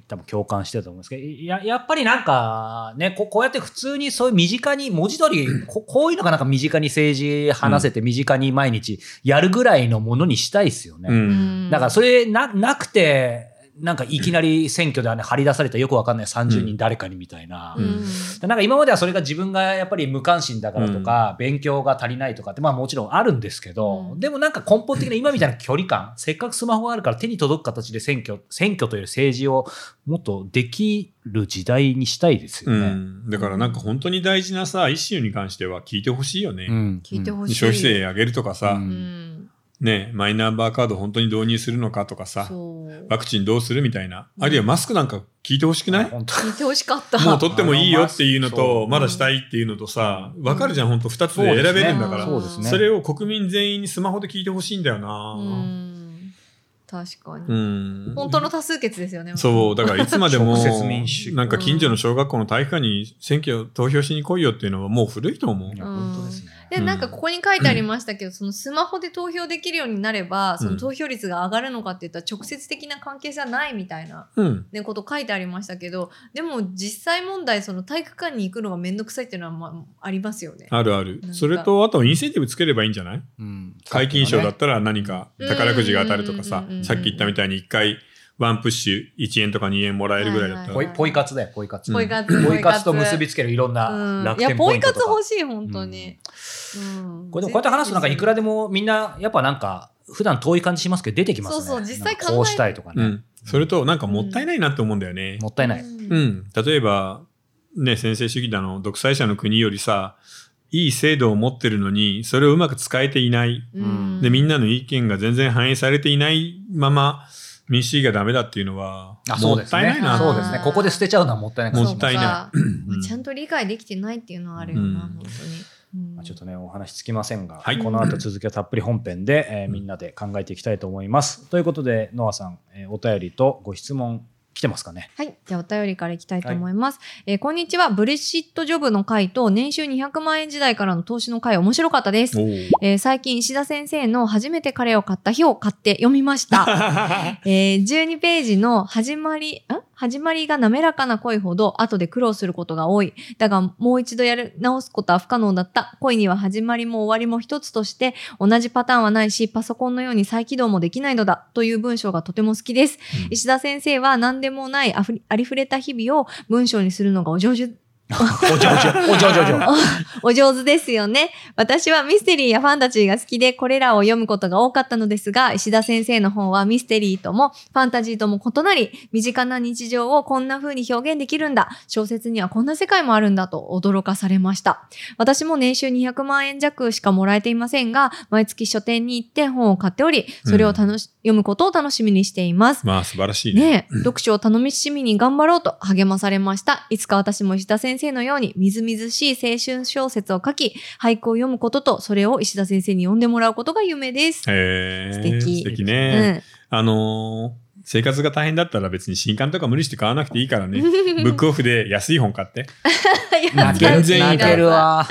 Speaker 3: 多分共感してると思うんですけどいややっぱりなんかねここうやって普通にそういう身近に文字 通りここういうのがなんか身近に政治話せて身近に毎日やるぐらいのものにしたいですよね。
Speaker 1: うん。
Speaker 3: だから
Speaker 2: れ
Speaker 3: それななくてなんかいきなり選挙であの張り出されたよくわかんない30人誰かにみたいな。
Speaker 1: うん
Speaker 3: なんか今まではそれが自分がやっぱり無関心だからとか、勉強が足りないとかって、まあもちろんあるんですけど、
Speaker 2: うん
Speaker 3: でもなんか根本的な今みたいな距離感、 せっかくスマホがあるから手に届く形で選挙、選挙という政治をもっとできる時代にしたいですよ
Speaker 1: う
Speaker 3: ね。
Speaker 1: ん。だからなんか本当に大事なさ、イシューに関しては聞いてほしいよ
Speaker 3: う
Speaker 1: ね。
Speaker 3: ん
Speaker 2: 聞いてほしい。
Speaker 1: 消費税上げるとか
Speaker 3: う
Speaker 1: さ
Speaker 2: う、
Speaker 3: ん
Speaker 2: ん。
Speaker 1: ね、マイナンバーカード本当に導入するのかとかさ、
Speaker 2: そう。
Speaker 1: ワクチンどうするみたいな。
Speaker 2: うん
Speaker 1: あるいはマスクなんか聞いてほしくない
Speaker 3: 本当
Speaker 2: 聞いてほしかった。
Speaker 1: もう取ってもいいよっていうの
Speaker 3: そ
Speaker 1: と、
Speaker 3: う
Speaker 1: まだしたいっていうのとさ、わかるじゃん、本当二つ
Speaker 3: そう
Speaker 1: で
Speaker 3: です
Speaker 1: 選べ
Speaker 3: ね
Speaker 1: るんだから。
Speaker 3: そうですね。
Speaker 1: それを国民全員にスマホで聞いてほしいんだよな。
Speaker 2: うん。確かに。
Speaker 1: うん
Speaker 2: 本当の多数決ですよね。
Speaker 1: そう、だからいつまでも
Speaker 3: 直接民主、
Speaker 1: なんか近所の小学校の体育館に選挙投票しに来いよっていうのはもう古いと思う
Speaker 3: い。や本当ですね。
Speaker 2: で、
Speaker 1: うん
Speaker 2: なんかここに書いてありましたけど、そのスマホで投票できるようになれば、そうの
Speaker 1: ん
Speaker 2: 投票率が上がるのかって言ったら直接的な関係性はないみたいな、
Speaker 1: うん。
Speaker 2: ね、こと書いてありましたけど、でも実際問題、その体育館に行くのがめんどくさいっていうのは、まあ、ありますよね。
Speaker 1: あるあ
Speaker 2: なん
Speaker 1: る。
Speaker 2: か
Speaker 1: それと、あとインセンティブつければいいんじゃない
Speaker 3: うん
Speaker 1: 解禁賞だ
Speaker 3: っ
Speaker 1: ったら何か宝くじが当たるとか
Speaker 2: うんう
Speaker 1: さ
Speaker 2: んうんうんう、ん
Speaker 1: さっき言ったみたいに一回ワンプッシュ1円とか2円もらえるぐらいだった
Speaker 3: ポ
Speaker 1: ら
Speaker 2: は。
Speaker 3: イポイ活だよ、ポイ活。
Speaker 1: うん
Speaker 2: ポイ活、
Speaker 3: ポイ活と結び
Speaker 2: つ
Speaker 3: つけるいろんな楽
Speaker 2: いや、
Speaker 3: 天
Speaker 2: ポ
Speaker 3: ポイ
Speaker 2: イ
Speaker 3: ント
Speaker 2: 活
Speaker 3: とか
Speaker 2: 欲。しい、本当に。うん
Speaker 3: これでもこうやって話すとなんかいくらでもみんなやっぱなんか普段遠い感じしますけど出てきますね。
Speaker 2: そうそう実際考え
Speaker 3: なんかこうしたいとか
Speaker 1: う
Speaker 3: ね、
Speaker 1: ん。それと、なんかもったいないなって思うんだよね。
Speaker 3: もったいない。
Speaker 2: うん
Speaker 1: うん。例えば、ね、専制主義だの、独裁者の国よりさ、いい制度を持ってるのに、それをうまく使えていない。
Speaker 2: うん
Speaker 1: で、みんなの意見が全然反映されていないまま、民主主義がダメだっていうのは、
Speaker 3: あ、そ
Speaker 1: も
Speaker 3: うで
Speaker 1: っ
Speaker 3: す
Speaker 1: たいない
Speaker 3: ね。
Speaker 1: な。
Speaker 3: そうですね。ここで捨てちゃうのはもったいないから
Speaker 1: もったいな
Speaker 2: そうか
Speaker 1: うん
Speaker 2: ちゃんと理解できてないっていうのはあるよな、
Speaker 1: うん
Speaker 2: 本当に。
Speaker 3: まあちょっとね、お話つきませんが、
Speaker 1: はい
Speaker 3: この後続きはたっぷり本編で、えーみんなで考えていきたいと思います。ということで、ノアさん、えーお便りとご質問来てますかね。
Speaker 2: はい。じゃあお便りからいきたいと思います。えーこんにちは。ブレシットジョブの回と年収200万円時代からの投資の回面白かったです。
Speaker 1: おー
Speaker 2: えー最近石田先生の初めて彼を買った日を買って読みました。えー12ページの始まり、ん始まりが滑らかな恋ほど後で苦労することが多い。だがもう一度やる、直すことは不可能だった。恋には始まりも終わりも一つとして、同じパターンはないし、パソコンのように再起動もできないのだ。という文章がとても好きです。
Speaker 1: うん
Speaker 2: 石田先生は何でもないあふりありふれた日々を文章にするのがお上手
Speaker 3: おじょおじょ、おじょおじょおじょ。
Speaker 2: お上手ですよね。私はミステリーやファンタジーが好きで、これらを読むことが多かったのですが、石田先生の本はミステリーともファンタジーとも異なり、身近な日常をこんな風に表現できるんだ。小説にはこんな世界もあるんだと驚かされました。私も年収200万円弱しかもらえていませんが、毎月書店に行って本を買っており、それを楽し、読むことを楽しみにしています。
Speaker 1: まあ素晴らしいね。
Speaker 2: ねえ、読書を楽しみに頑張ろうと励まされました。いつか私も石田先生のようにみずみずしい青春小説を書き、俳句を読むことと、それを石田先生に読んでもらうことが夢です。
Speaker 1: へえ
Speaker 2: 素敵
Speaker 1: 素敵ね。あのー生活が大変だったら別に新刊とか無理して買わなくていいから
Speaker 2: う
Speaker 1: ね。
Speaker 2: ん。
Speaker 1: ブックオフで安い本買って。
Speaker 2: や
Speaker 1: 泣ける全員
Speaker 3: 泣けるわ。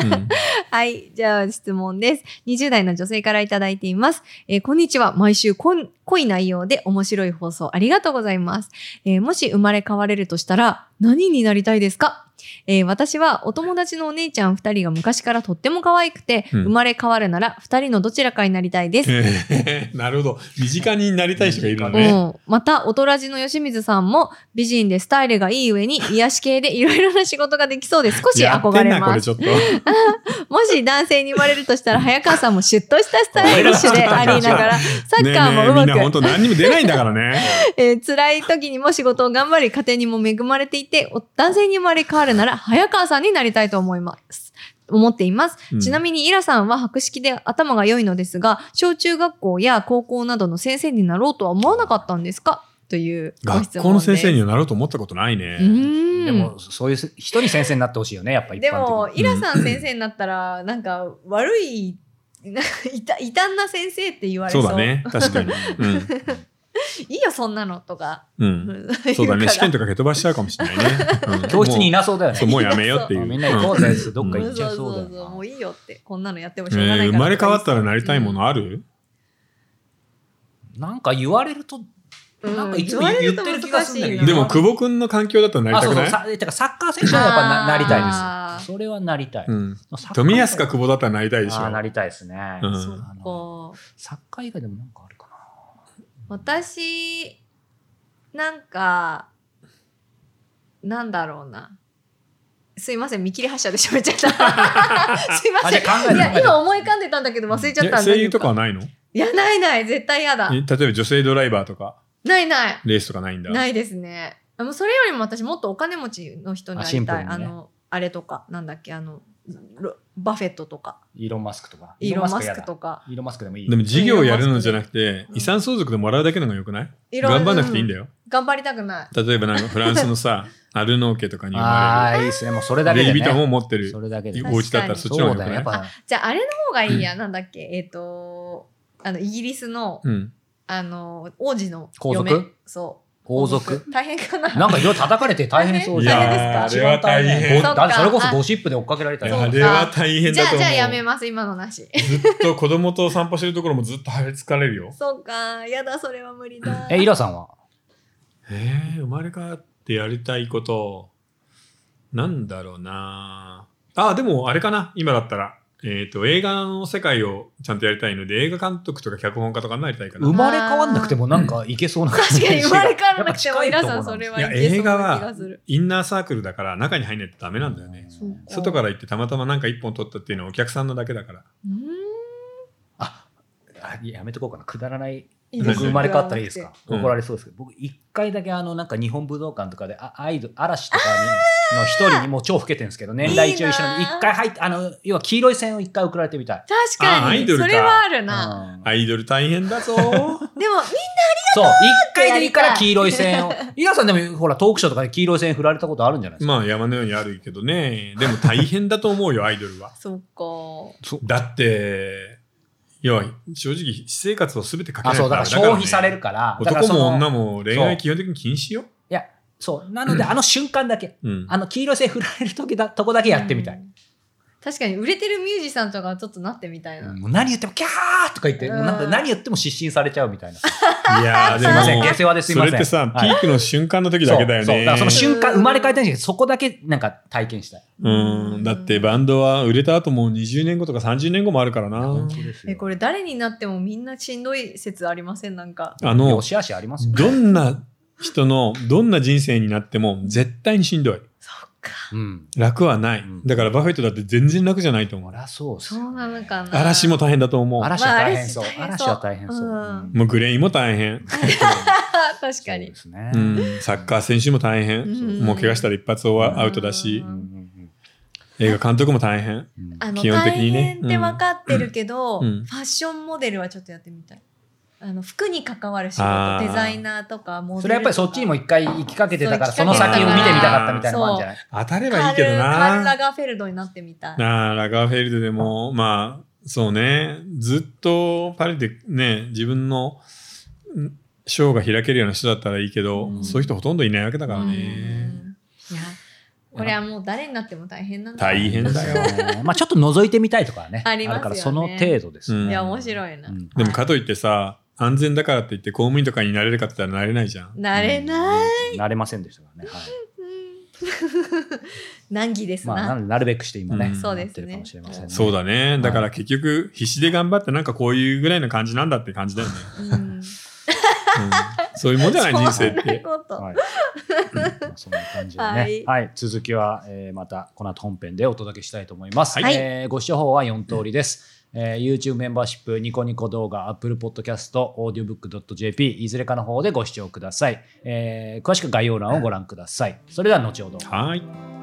Speaker 1: うん
Speaker 2: はい。じゃあ質問です。20代の女性からいただいています。えーこんにちは。毎週こん濃い内容で面白い放送ありがとうございます。えーもし生まれ変われるとしたら何になりたいですかえー私はお友達のお姉ちゃん2人が昔からとっても可愛くて、
Speaker 1: うん
Speaker 2: 生まれ変わるなら2人のどちらかになりたいです。
Speaker 1: へ ーなるほど。身近になりたい人がいるの
Speaker 2: う
Speaker 1: ね。
Speaker 2: ん、また、おとらじの吉水さんも美人でスタイルがいい上に癒し系でいろいろな仕事ができそうで少し
Speaker 1: やって
Speaker 2: 憧
Speaker 1: ん
Speaker 2: れ
Speaker 1: な、こ
Speaker 2: ま
Speaker 1: れ
Speaker 2: す。
Speaker 1: ちょっと。
Speaker 2: もし男性に生まれるとしたら、早川さんもシュッとしたスタイリッシュでありながら、サッカーもう
Speaker 1: ねえみ
Speaker 2: ま
Speaker 1: んな本
Speaker 2: く、
Speaker 1: 当何にも出ないんだから ね。
Speaker 2: えー辛い時にも仕事を頑張り、家庭にも恵まれていて、お男性に生まれ変わるなら、早川さんになりたいと思います。思っています。
Speaker 1: うん
Speaker 2: ちなみに、イラさんは博識で頭が良いのですが、小中学校や高校などの先生になろうとは思わなかったんですかというご質問です。
Speaker 1: 学校の先生にはなろうと思ったことないね。
Speaker 2: うーん。
Speaker 3: でも、そういうせ一人先生になってほしいよね、やっぱ一般的
Speaker 2: で
Speaker 3: に。
Speaker 2: も、イラさん先生になったら、なんか、悪い、なんか異端異端な先生って言われそ。
Speaker 1: そううだね。確かに。うん。
Speaker 2: いいよ、そんなのとか。
Speaker 1: うん。そうだね。試験とか蹴飛ばしちゃうかもしれないね。うん
Speaker 3: 教室にいなそうだよね。
Speaker 1: そうもうやめようってい
Speaker 3: あ
Speaker 1: う。
Speaker 3: みんな行こうぜ、どっか
Speaker 2: か
Speaker 3: 行っち
Speaker 2: そ
Speaker 3: ゃ
Speaker 2: うそ
Speaker 3: いそううだ
Speaker 2: そ
Speaker 3: よ
Speaker 2: うそう。も
Speaker 3: な。
Speaker 2: ういいよって、こんなのやっても
Speaker 1: え
Speaker 2: しょうがないから、
Speaker 1: ー生まれ変わったらなりたいものある
Speaker 3: なんか言われると、
Speaker 2: う
Speaker 3: なんかいつも言ってる気がするんだけ
Speaker 2: 言われると難しいな
Speaker 3: ど
Speaker 1: でも、久保くんの環境だったらなり
Speaker 3: あ、
Speaker 1: た
Speaker 3: そ
Speaker 1: く
Speaker 3: うそ
Speaker 1: な
Speaker 3: う、
Speaker 1: い
Speaker 3: さてかサッカー選手はやっぱななりたいで
Speaker 2: あ
Speaker 3: す。それはなりたい。
Speaker 1: うん
Speaker 3: サッカー
Speaker 1: 富安か久保だったらなりたいでしょ
Speaker 3: あー。なりたいですね。
Speaker 1: うん
Speaker 2: ーそっ
Speaker 3: あの
Speaker 2: か。
Speaker 3: サッカー以外でもなんかあるか
Speaker 2: 私、なんか、なんだろうな。すいません、見切り発車で喋っちゃ った。 すいま
Speaker 3: な。あ、
Speaker 2: せ
Speaker 3: じ
Speaker 2: ん。
Speaker 3: ゃあ考
Speaker 2: い
Speaker 3: える
Speaker 2: や、今思い浮かんでたんだけど忘れちゃった
Speaker 1: え
Speaker 2: んだ
Speaker 1: 声優とかはないの
Speaker 2: いや、ないない、絶対嫌だ。
Speaker 1: え例えば女性ドライバーとか、
Speaker 2: ないない。
Speaker 1: レースとかないんだ。
Speaker 2: ないですね。もうそれよりも私もっとお金持ちの人にな
Speaker 3: あシ
Speaker 2: り
Speaker 3: ンプ
Speaker 2: た
Speaker 3: ル
Speaker 2: い。
Speaker 3: に
Speaker 2: あ,、
Speaker 3: ね
Speaker 2: の、あれとか、なんだっけ、あの、ロバフェットとか、
Speaker 3: イーロン・マスクとか。
Speaker 2: イーロン・マスク
Speaker 3: やだ
Speaker 2: とか。
Speaker 3: イーロン・マスクでもいい。
Speaker 1: でも事業やるのじゃなくて、
Speaker 2: うん
Speaker 1: 遺産相続でもらうだけのがよくない
Speaker 2: いろいろ
Speaker 1: 頑張んなくていいんだ
Speaker 2: よ。
Speaker 1: よ。
Speaker 2: 頑張りたくない。
Speaker 1: 例えばなんかフランスのさ、アルノー家とかに生
Speaker 3: あ
Speaker 1: ま
Speaker 3: あ、いいですね。もうそれ
Speaker 1: れ
Speaker 3: だ
Speaker 1: る。
Speaker 3: け
Speaker 1: レイ
Speaker 3: で、
Speaker 1: ビ
Speaker 3: ね。
Speaker 1: タンを持ってる
Speaker 3: それだけで。
Speaker 1: お家だったらそっちの
Speaker 3: そう
Speaker 1: 方が
Speaker 3: だよ、や
Speaker 1: よ
Speaker 3: っ
Speaker 1: くない
Speaker 3: ぱ。
Speaker 2: じゃあ、あれの方がいいや。なんだっけ、えっ、と、あの、イギリスの、
Speaker 1: うん。
Speaker 2: あの、王子の
Speaker 3: 皇族
Speaker 2: 嫁そう。
Speaker 3: 皇族。
Speaker 2: 大変かな。
Speaker 3: なんかいろいろ叩かれて大変そう
Speaker 1: い
Speaker 3: じゃん。
Speaker 1: やーあ
Speaker 2: 大
Speaker 1: れは大変。
Speaker 2: 一番大変
Speaker 3: ごだってそれこそゴシップで追っかけられた
Speaker 1: い
Speaker 3: り
Speaker 1: や
Speaker 3: と
Speaker 1: あ
Speaker 3: か
Speaker 1: れは大変
Speaker 2: じ
Speaker 1: だ
Speaker 2: ゃ
Speaker 1: と思
Speaker 2: あ、
Speaker 1: う。
Speaker 2: じゃあやめます、今のなし。
Speaker 1: ずっと子供と散歩してるところもずっと張りつかれるよ。
Speaker 2: そうか、やだ、それは無理だ。
Speaker 3: え、イラさんは
Speaker 1: えー、生まれ変わってやりたいこと、なんだろうなあ、でもあれかな、今だったら。えっ、と、映画の世界をちゃんとやりたいので、映画監督とか脚本家とかになりたいかな。
Speaker 3: 生まれ変わんなくてもなんかいけそうな感
Speaker 2: 確
Speaker 3: じ
Speaker 2: かに生まれ変わら
Speaker 3: や
Speaker 2: な
Speaker 3: っぱ
Speaker 2: く
Speaker 3: 近
Speaker 2: て
Speaker 3: い
Speaker 2: も、皆
Speaker 3: とこ
Speaker 2: さん
Speaker 3: ろな
Speaker 2: そ
Speaker 3: んだ
Speaker 2: れ
Speaker 1: い
Speaker 2: は
Speaker 1: や、
Speaker 2: いけ
Speaker 1: 映
Speaker 2: そうな
Speaker 1: 画
Speaker 2: 気が
Speaker 1: は
Speaker 2: する。
Speaker 1: インナーサークルだから中に入んないとダメなんだよね。
Speaker 2: そうか
Speaker 1: 外から行ってたまたまなんか一本取ったっていうのはお客さんのだけだから。
Speaker 2: うーん
Speaker 3: ああやめとこうかなくだらない
Speaker 2: いいで
Speaker 3: 僕
Speaker 2: す
Speaker 3: 生まれ変わったらいいですか
Speaker 1: うん
Speaker 3: 怒られそうですけど僕一回だけあのなんか日本武道館とかであアイドル嵐とかにの一人にもう超老けてるんですけど年代一応一緒
Speaker 2: い
Speaker 3: に
Speaker 2: いなー
Speaker 3: 一回入ってあの要は黄色い線を一回送られてみたい
Speaker 2: 確
Speaker 1: あ
Speaker 2: か
Speaker 1: ア
Speaker 2: に
Speaker 1: イドル
Speaker 2: そ
Speaker 1: か
Speaker 2: れはある
Speaker 3: う
Speaker 2: な。
Speaker 3: ん
Speaker 1: アイドル大変だぞー
Speaker 2: でも
Speaker 3: そう一
Speaker 2: ってやり
Speaker 3: 回
Speaker 2: たい
Speaker 3: でいいから黄色い線を伊賀さんでもほらトークショーとかで黄色い線振られたことあるんじゃないですか
Speaker 1: まあ山のようにあるけどね。でも大変だと思うよ、アイドルは。
Speaker 2: そうか。
Speaker 1: だって、いや、正直、私生活を全てかけら
Speaker 3: あ
Speaker 1: れ
Speaker 3: そ
Speaker 1: る
Speaker 3: う
Speaker 1: か
Speaker 3: だからら消
Speaker 1: ね
Speaker 3: 費されるからだから
Speaker 1: 男
Speaker 3: その
Speaker 1: も女も恋愛
Speaker 3: そう
Speaker 1: 基本的に禁止よ。
Speaker 3: いやそうなので あの瞬間だけ
Speaker 1: うん。
Speaker 3: あの黄色い線振られる時だとこだけやってみたい。
Speaker 2: 確かに売れてるミュージシャンとかはちょっとなってみたいな。
Speaker 3: もう何言ってもキャーとか言って、
Speaker 2: うん
Speaker 3: もうなんか何言っても失神されちゃうみたい な。す
Speaker 1: いやー、
Speaker 3: い
Speaker 1: で
Speaker 3: ません、下
Speaker 1: も、
Speaker 3: 世話ですい
Speaker 1: そ
Speaker 3: ま
Speaker 1: れ
Speaker 3: せ
Speaker 1: っ
Speaker 3: ん。
Speaker 1: てさ、ピ
Speaker 3: ー
Speaker 1: ークの瞬間の時だけだよ
Speaker 3: そうそうだからその
Speaker 1: ね。
Speaker 3: 瞬間、
Speaker 2: うん
Speaker 3: 生まれ変えたんですけど、そこだけなんか体験したい。
Speaker 1: うん。だって、バンドは売れた後も20年後とか30年後もあるからな。
Speaker 3: です
Speaker 2: えこれ誰になってもみんなしんどい説ありませんなんか。
Speaker 1: あ
Speaker 3: よ
Speaker 1: の、
Speaker 3: しあしありますよ。
Speaker 1: どんな人の、どんな人生になっても、絶対にしんどい。
Speaker 2: そっ
Speaker 3: うん。
Speaker 1: 楽はない、
Speaker 3: うん
Speaker 1: だからバフェットだって全然楽じゃないと思
Speaker 3: あ
Speaker 1: う
Speaker 3: ら、そうっす
Speaker 2: そ。うなのかな。
Speaker 1: 嵐も大変だと思う
Speaker 3: 嵐は大変そう。
Speaker 2: まあ
Speaker 3: 嵐は大変そう。
Speaker 2: うん
Speaker 1: もうグレイも大変、
Speaker 2: あ 確か
Speaker 3: そう
Speaker 2: に
Speaker 3: で。すね。
Speaker 1: う
Speaker 3: うん
Speaker 1: ん、サッカー選手も大変、
Speaker 2: ん
Speaker 1: もう怪我したら一発はアウトだし
Speaker 2: う
Speaker 3: うんんうん
Speaker 1: 映画監督も大変
Speaker 3: うん
Speaker 2: あの
Speaker 1: 基本的にね
Speaker 2: 大変って分かってるけど、
Speaker 1: うんうん
Speaker 2: ファッションモデルはちょっとやってみたい。あの服に関わる仕
Speaker 1: あ
Speaker 2: 事、
Speaker 1: ー
Speaker 2: デザイナーとかモデルとか。
Speaker 3: それはやっぱりそっちにも一回行きかけてたから、
Speaker 2: そ
Speaker 3: そう
Speaker 2: 行
Speaker 3: の
Speaker 2: きかけてた
Speaker 3: 先を見てみたかったみたいなのもあるんじゃない
Speaker 1: 当たれば
Speaker 2: カ
Speaker 1: いい
Speaker 2: ー
Speaker 1: けど
Speaker 2: ルカール・ラ
Speaker 1: な
Speaker 2: ガーフェルドになってみたい。
Speaker 1: なあラガーフェルドでもまあそうねずっとパリでね自分のんショーが開けるような人だったらいいけど、
Speaker 3: うん
Speaker 1: そういう人ほとんどいないわけだから
Speaker 2: うん
Speaker 1: ね、
Speaker 2: いや、これはもう誰になっても大変なんだ。
Speaker 1: 大変だよ
Speaker 3: よ。まあちょっと覗いてみたいとかはね。
Speaker 2: ありますよね
Speaker 3: るからその程度です
Speaker 1: うん
Speaker 2: い
Speaker 3: ね。
Speaker 2: や面白いな。
Speaker 3: うん
Speaker 1: でもかといってさ安全だからって言って公務員とかになれるかって言ったらなれないじゃん
Speaker 2: なれない。
Speaker 3: い。なれませんでしたか らね。はい
Speaker 2: うん難儀です
Speaker 3: まあな
Speaker 2: な。
Speaker 3: んでなるべくして今ね。
Speaker 1: うん
Speaker 2: そう
Speaker 3: な
Speaker 2: で
Speaker 3: っ
Speaker 2: す
Speaker 3: てるか
Speaker 2: ね
Speaker 3: もしれませんね。
Speaker 1: そうだね。だか
Speaker 3: は
Speaker 1: ら結局、必死で頑張って、なんかこういうぐらいの感じなんだって感じだよね。
Speaker 2: うん
Speaker 1: うん そういうもんじゃない、人生っ
Speaker 2: そんな
Speaker 1: て。
Speaker 2: こと。
Speaker 3: はい、まあそんな感じでね、
Speaker 2: は
Speaker 3: はいい続きは、えーまたこの後本編でお届けしたいと思います、
Speaker 2: はい
Speaker 3: えーご視聴は4通りです、えー YouTube メンバーシップニコニコ動画 Apple Podcast audiobook.jp いずれかの方でご視聴ください、えー詳しく概要欄をご覧くださいそれでは後ほど
Speaker 1: はい。